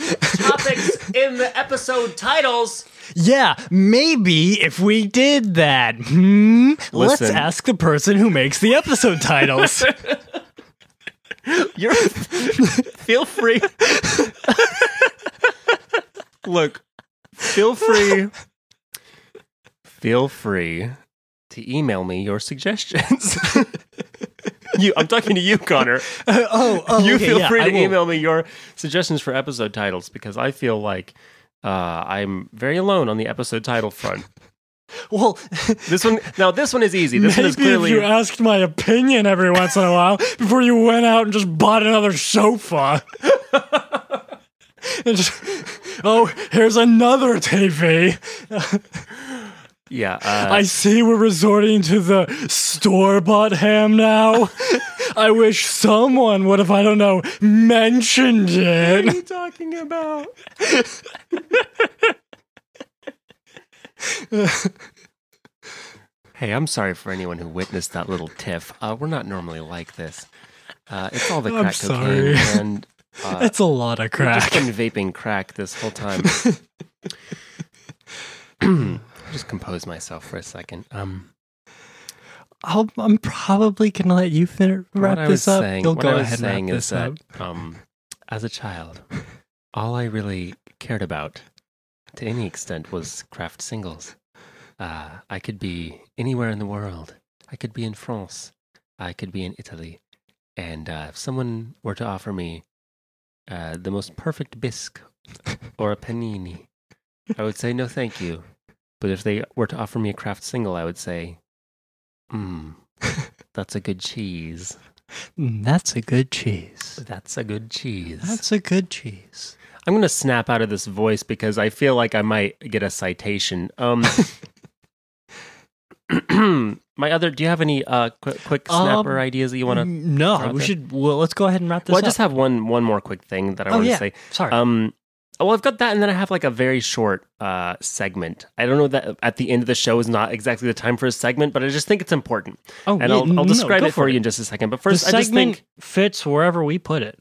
topics in the episode titles it. yeah. Maybe if we did that, hmm, let's Listen. ask the person who makes the episode titles. you're feel free look feel free feel free to email me your suggestions you i'm talking to you connor oh, oh, you okay, feel yeah, free I to will. email me your suggestions for episode titles because i feel like uh, i'm very alone on the episode title front Well, this one now this one is easy this one is maybe if clearly you asked my opinion every once in a while before you went out and just bought another sofa. And just- oh, here's another TV. yeah uh, I see we're resorting to the store bought ham now. I wish someone would have, I don't know, mentioned What are it. you talking about? hey, I'm sorry for anyone who witnessed that little tiff. Uh, we're not normally like this. Uh, it's all the I'm crack sorry. cocaine and uh, That's a lot of we've just crack. been vaping crack this whole time. just compose myself for a second. Um, I'll, I'm probably going to let you fin- wrap what I this was up. saying, You'll what go I was ahead and saying wrap is this that up. um, as a child, all I really cared about, to any extent, was craft singles. Uh, I could be anywhere in the world. I could be in France. I could be in Italy. And uh, if someone were to offer me uh, the most perfect bisque or a panini, I would say no, thank you. But if they were to offer me a craft single, I would say, "Hmm, that's a good cheese." Mm, That's a good cheese. That's a good cheese. That's a good cheese. I'm going to snap out of this voice because I feel like I might get a citation. Um, my other, do you have any uh, quick, quick snapper Um, ideas that you Mm, want to? no, drop we it? should. Well, let's go ahead and wrap this Well, I up. just have one one more quick thing that I Oh, want to yeah. say. Sorry. Um, oh, well, I've got that, and then I have like a very short uh, segment. I don't know that at the end of the show is not exactly the time for a segment, but I just think it's important, oh, and yeah, I'll, no, I'll describe go it for you in just a second. But first, the segment I just think fits wherever we put it.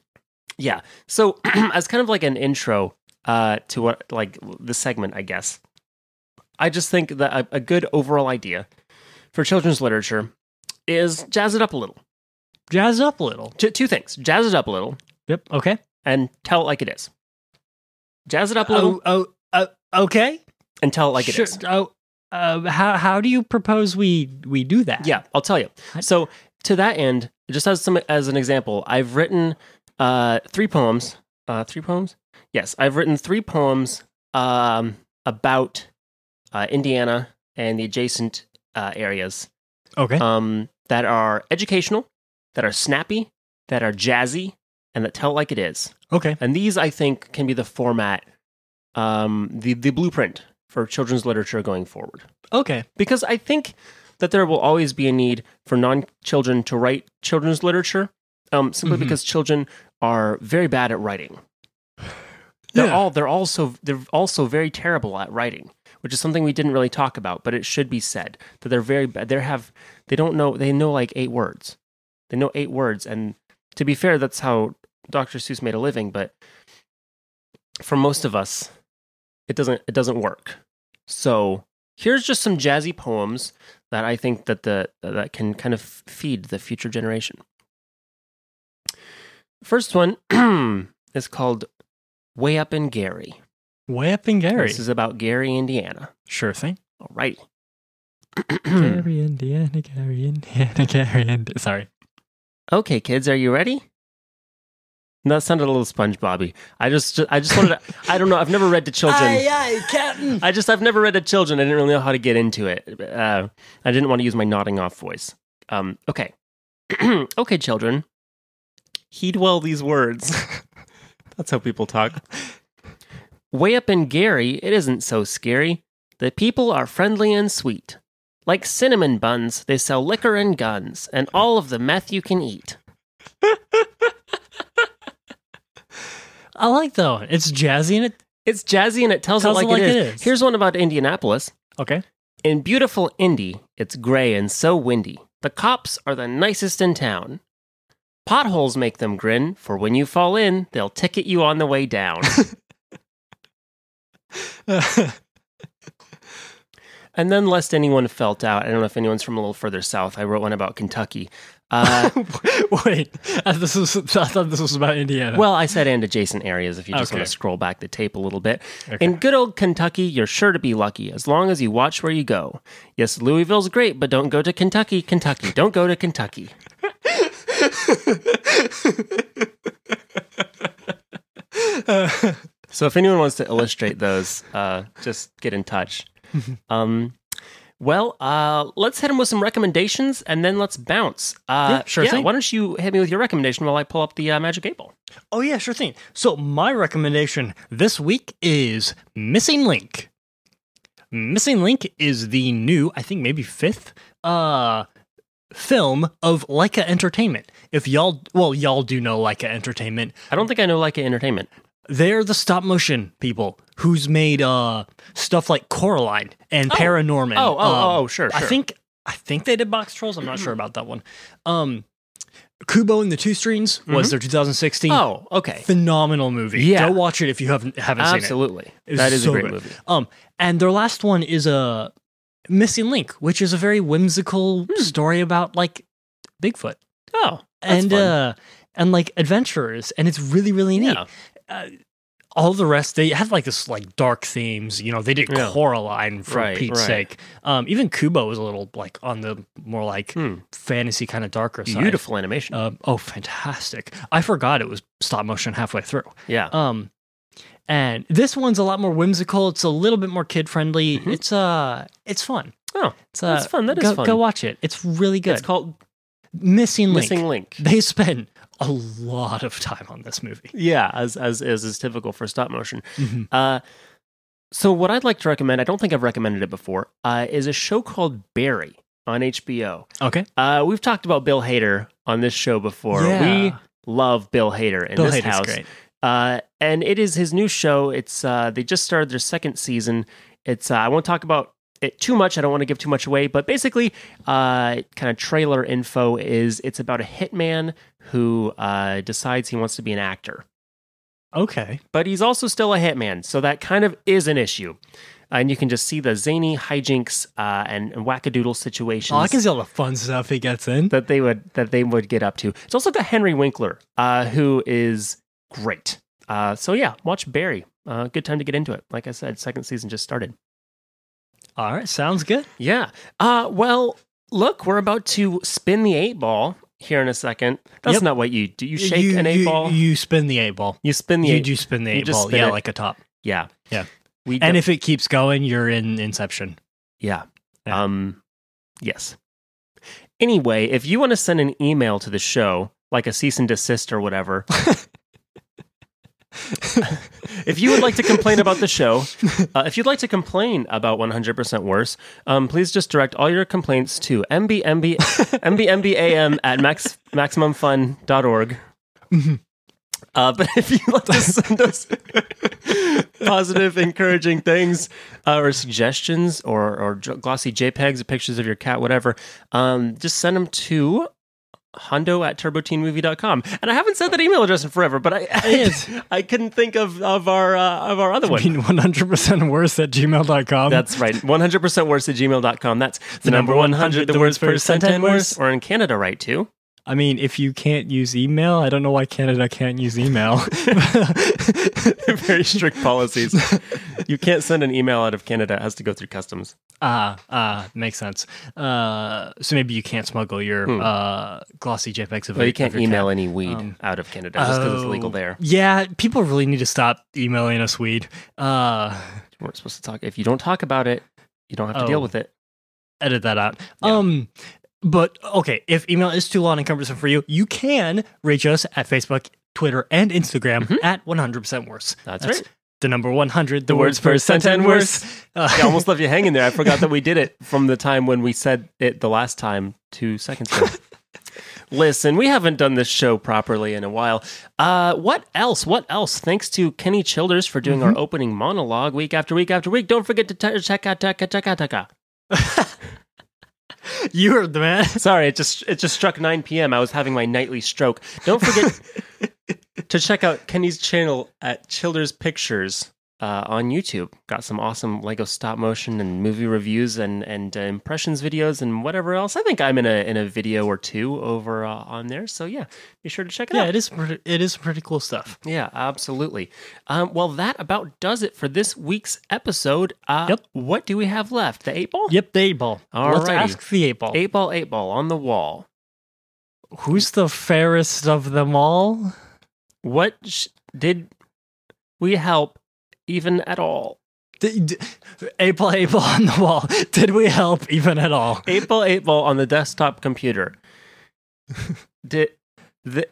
Yeah. So as kind of like an intro uh, to what like the segment, I guess. I just think that a, a good overall idea for children's literature is jazz it up a little. Jazz it up a little. J- two things: jazz it up a little Yep. Okay. and tell it like it is. Jazz it up a little Oh, oh, oh, okay. and tell it like Sure. it is. Oh, uh, how how do you propose we we do that? Yeah, I'll tell you. I- So to that end, just as some as an example, I've written uh, three poems. Uh, three poems. Yes, I've written three poems um, about uh, Indiana and the adjacent uh, areas Okay. Uh, um, that are educational, that are snappy, that are jazzy, and that tell it like it is. okay. And these, I think, can be the format, um, the the blueprint for children's literature going forward Okay. because I think that there will always be a need for non children to write children's literature, um, simply Mhm. because children are very bad at writing. They're Yeah. all they're also they're also very terrible at writing, which is something we didn't really talk about, but it should be said that they're very bad. They have they don't know they know like eight words, they know eight words, and to be fair, that's how Dr. Seuss made a living. But for most of us, it doesn't it doesn't work. So here's just some jazzy poems that I think that the that can kind of feed the future generation. First one is called "Way Up in Gary." Way up in Gary. This is about Gary, Indiana. sure thing. All right. Hmm. Gary, Indiana, Gary, Indiana, Gary, Indiana. Sorry. okay, kids, are you ready? That sounded a little SpongeBobby. I just, I just wanted. To, I don't know. I've never read to children. aye, Captain. I just I've never read a children. I didn't really know how to get into it. Uh, I didn't want to use my nodding off voice. Um, okay, okay, children, heed well these words. That's how people talk. Way up in Gary, it isn't so scary. The people are friendly and sweet. Like cinnamon buns, they sell liquor and guns, and all of the meth you can eat. I like that one. It's jazzy and it. It's jazzy and it tells, Tells it, like, it, is. Here's one about Indianapolis. Okay. In beautiful Indy, it's gray and so windy. The cops are the nicest in town. Potholes make them grin, for when you fall in, they'll ticket you on the way down. and then, lest anyone felt out, I don't know if anyone's from a little further south, I wrote one about Kentucky. Uh, Wait. I, this was, I thought this was about Indiana. well, I said and adjacent areas if you just Okay. want to scroll back the tape a little bit. Okay. In good old Kentucky, you're sure to be lucky as long as you watch where you go. Yes, Louisville's great, but don't go to Kentucky, Kentucky. Don't go to Kentucky. so if anyone wants to illustrate those, uh, just get in touch. Um, well, uh, let's hit him with some recommendations and then let's bounce. Uh, Yeah, sure thing. Why don't you hit me with your recommendation while I pull up the uh, Magic Eight Ball? Oh, yeah, sure thing. So, my recommendation this week is Missing Link. Missing Link is the new, I think maybe fifth, uh, film of Leica Entertainment. If y'all, well, y'all do know Leica Entertainment. I don't think I know Leica Entertainment. They're the stop motion people who's made uh stuff like Coraline and Paranorman. Oh, Um, oh, oh, oh, sure, I sure. think I think they did Box Trolls. I'm not sure about that one. Um, Kubo and the Two Strings was their 2016 Mm-hmm. Oh, okay. phenomenal movie. Yeah. go watch it if you haven't haven't seen it. Absolutely. It was That is so a great good. movie. Um, and their last one is a uh, Missing Link, which is a very whimsical Hmm. story about like Bigfoot Oh, and uh and like adventurers, and it's really really neat. Yeah. Uh, all the rest they had like this like dark themes. You know, they did Yeah. Coraline for Right, Pete's right. sake. Um, even Kubo was a little like on the more like Hmm. fantasy kind of darker side. beautiful animation. Um, oh, fantastic! I forgot it was stop motion halfway through. yeah. Um, and this one's a lot more whimsical. It's a little bit more kid friendly. Mhm. It's uh, it's fun. oh, It's uh, That's fun. That is go, fun. Go watch it. It's really good. it's called Missing Link. Missing Link. They spend a lot of time on this movie. Yeah, as as as is typical for stop motion. Mhm. Uh, so what I'd like to recommend, I don't think I've recommended it before, uh, is a show called Barry on HBO. Okay. Uh, we've talked about Bill Hader on this show before. Yeah. We love Bill Hader in Bill this Hader's house. great. Uh, and it is his new show. It's uh, they just started their second season. It's uh, I won't talk about it too much. I don't want to give too much away, but basically, uh, kind of trailer info is it's about a hitman who uh, decides he wants to be an actor, Okay. but he's also still a hitman, so that kind of is an issue. and you can just see the zany hijinks uh, and, and wackadoodle situations. Oh, I can see all the fun stuff he gets in. that they would that they would get up to. It's also got Henry Winkler, uh, who is great. Uh, so yeah, watch Barry. Uh, good time to get into it. Like I said, second season just started. All right, sounds good. Yeah. Uh, well, look, we're about to spin the eight ball here in a second. That's Yep. Uh, not what you do. You shake You- an eight you- ball. You, You spin the eight ball. spin the You eight. do spin the you eight just ball. spin Yeah, it. like a top. yeah. Yeah. We And do- if it keeps going, you're in Inception. Yeah. Yeah. Um yes. Anyway, if you want to send an email to the show, like a cease and desist or whatever, if you would like to complain about the show, uh, if you'd like to complain about 100% worse, um, please just direct all your complaints to mbmb, mbmbam at max, maximumfun.org. Uh, but if you'd like to send us positive, encouraging things uh, or suggestions or, or j- glossy JPEGs or pictures of your cat, whatever, um, just send them to hondo at turboteenmovie.com. And I haven't said that email address in forever, but I I, couldn't think of, of our uh, of our other one. Being 100% worse at gmail.com. That's right. 100% worse at gmail.com. That's the number 100, the words per sentence worse. Or in Canada, right, too. I mean, if you can't use email, I don't know why Canada can't use email. Very strict policies. you can't send an email out of Canada. It has to go through customs. Ah, ah, makes sense. Uh, so maybe you can't smuggle your uh, glossy JPEGs of Hmm. Well, you your- of can't your cat. email any weed Um, out of Canada just because it's legal Oh, there. Yeah, people really need to stop emailing us weed. Uh, We weren't supposed to talk. If you don't talk about it, you don't have to Oh. deal with it. edit that out. Yeah. Um, but okay, if email is too long and cumbersome for you, you can reach us at Facebook, Twitter, and Instagram at 100% worse. Mm-hmm. That's right. The number 100, the, The words per sentence worse. Uh, I almost left you hanging there. I forgot that we did it from the time when we said it the last time two seconds ago. Listen, we haven't done this show properly in a while. Uh, what else? What else? Thanks to Kenny Childers for doing Mm-hmm. our opening monologue week after week after week. Don't forget to t- check out, check out, check out, check out. Uh, you heard the man. Sorry, it just it just struck 9 p.m. I was having my nightly stroke. Don't forget to check out Kenny's channel at Childers Pictures uh, on YouTube. Got some awesome Lego stop motion and movie reviews and and uh, impressions videos and whatever else. I think I'm in a in a video or two over uh, on there. So yeah, be sure to check it Yeah, out. it is pretty, it is pretty cool stuff. Yeah, absolutely. Um, well, that about does it for this week's episode. Uh, Yep. What do we have left? The eight ball. Yep, the eight ball. Let's Alrighty. ask the eight ball. Eight ball, eight ball on the wall. Who's the fairest of them all? What sh- did we help even at all? D- d- eight ball, eight ball on the wall. Did we help even at all? 8 ball 8 ball on the desktop computer. Did the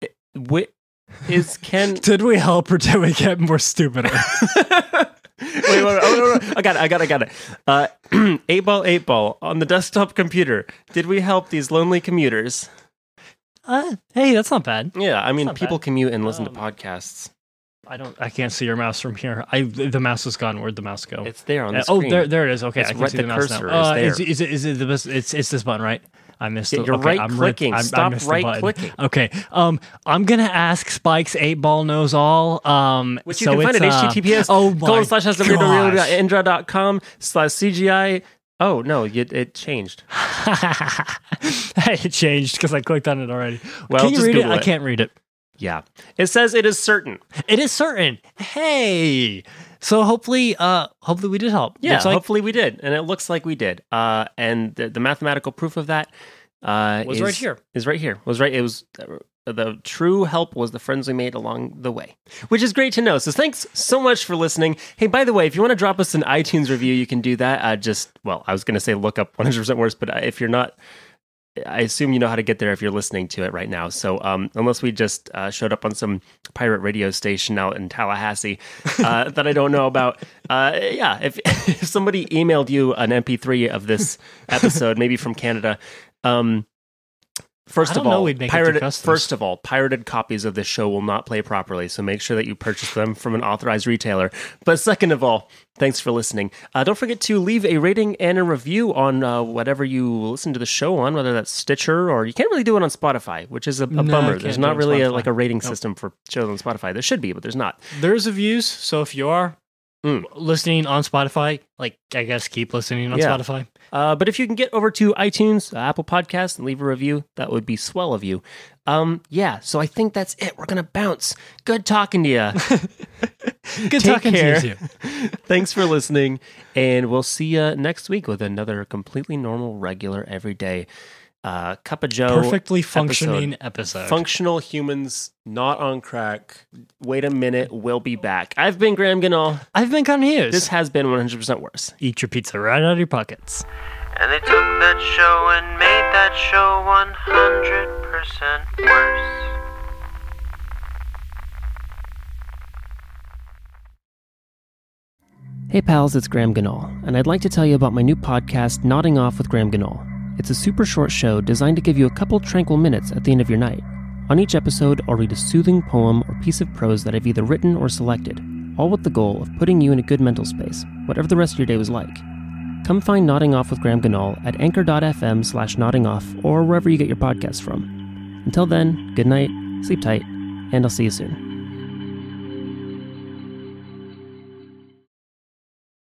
it- wi- is Ken Did we help or did we get more stupider? Wait, wait, wait, oh, no, no. I got it, I got it, I got it. Uh, 8 ball 8 ball on the desktop computer. Did we help these lonely commuters? uh, hey, that's not bad. Yeah, I mean Not people bad. commute and listen Um, to podcasts. I don't. I can't see your mouse from here. I the mouse is gone. Where'd the mouse go? It's there on Uh, the oh, screen. there, there it is. Okay, It's I can right- see the the, mouse cursor is now. Uh, there. Is, is, it, is it the best? It's it's this button, right? I missed. Yeah, it. you're okay, right I'm clicking. I'm, Stop I missed the right button. clicking. Okay. Um, I'm gonna ask Spike's eight ball knows all. Um, Which you so can find it's, at uh, https Oh my colon slash has gosh. indra.com slash CGI. Oh no, it, it changed. it changed because I clicked on it already. Well, Can you just read Google it? I it. can't read it. Yeah. It says it is certain. It is certain. Hey. So hopefully, uh, hopefully we did help. Yeah, Looks like- hopefully we did, and it looks like we did. Uh, and the, the mathematical proof of that uh, Was is- right here. Is right here. Was right. It was uh, the true help was the friends we made along the way, which is great to know. So thanks so much for listening. Hey, by the way, if you want to drop us an iTunes review, you can do that. Uh, just well, I was going to say look up 100 percent worse, but uh, if you're not. I assume you know how to get there if you're listening to it right now. So, um, unless we just uh, showed up on some pirate radio station out in Tallahassee uh, that I don't know about, uh, yeah, if, if somebody emailed you an MP3 of this episode, maybe from Canada, um, first I of don't know all, we'd make it to pirated, customs. first of all, pirated copies of this show will not play properly. So make sure that you purchase them from an authorized retailer. But second of all, thanks for listening. Uh, don't forget to leave a rating and a review on uh, whatever you listen to the show on, whether that's Stitcher or you can't really do it on Spotify, which is a, a No, bummer. can't There's do it not on really a, Spotify. like a rating Nope. system for shows on Spotify. There should be, but there's not. there's reviews. So if you are, Mm. listening on Spotify, like I guess keep listening on Yeah. Spotify. Uh, but if you can get over to iTunes, uh, Apple Podcasts, and leave a review, that would be swell of you. Um, yeah, so I think that's it. We're going to bounce. Good talking to you. Good Take talking care. to you. too. Thanks for listening. And we'll see you next week with another completely normal, regular, everyday uh, Cup of Joe. Perfectly functioning episode. Functional humans not on crack. Wait a minute. We'll be back. I've been Graham Ganol. I've been kind of here. This has been 100% Worse. Eat your pizza right out of your pockets. And they took that show and made that show 100% worse. Hey pals, it's Graham Ganol, and I'd like to tell you about my new podcast, Nodding Off with Graham Ganol. It's a super short show designed to give you a couple tranquil minutes at the end of your night. On each episode, I'll read a soothing poem or piece of prose that I've either written or selected, all with the goal of putting you in a good mental space, whatever the rest of your day was like. Come find Nodding Off with Graham Ganol at anchor.fm slash nodding off or wherever you get your podcasts from. Until then, good night, sleep tight, and I'll see you soon.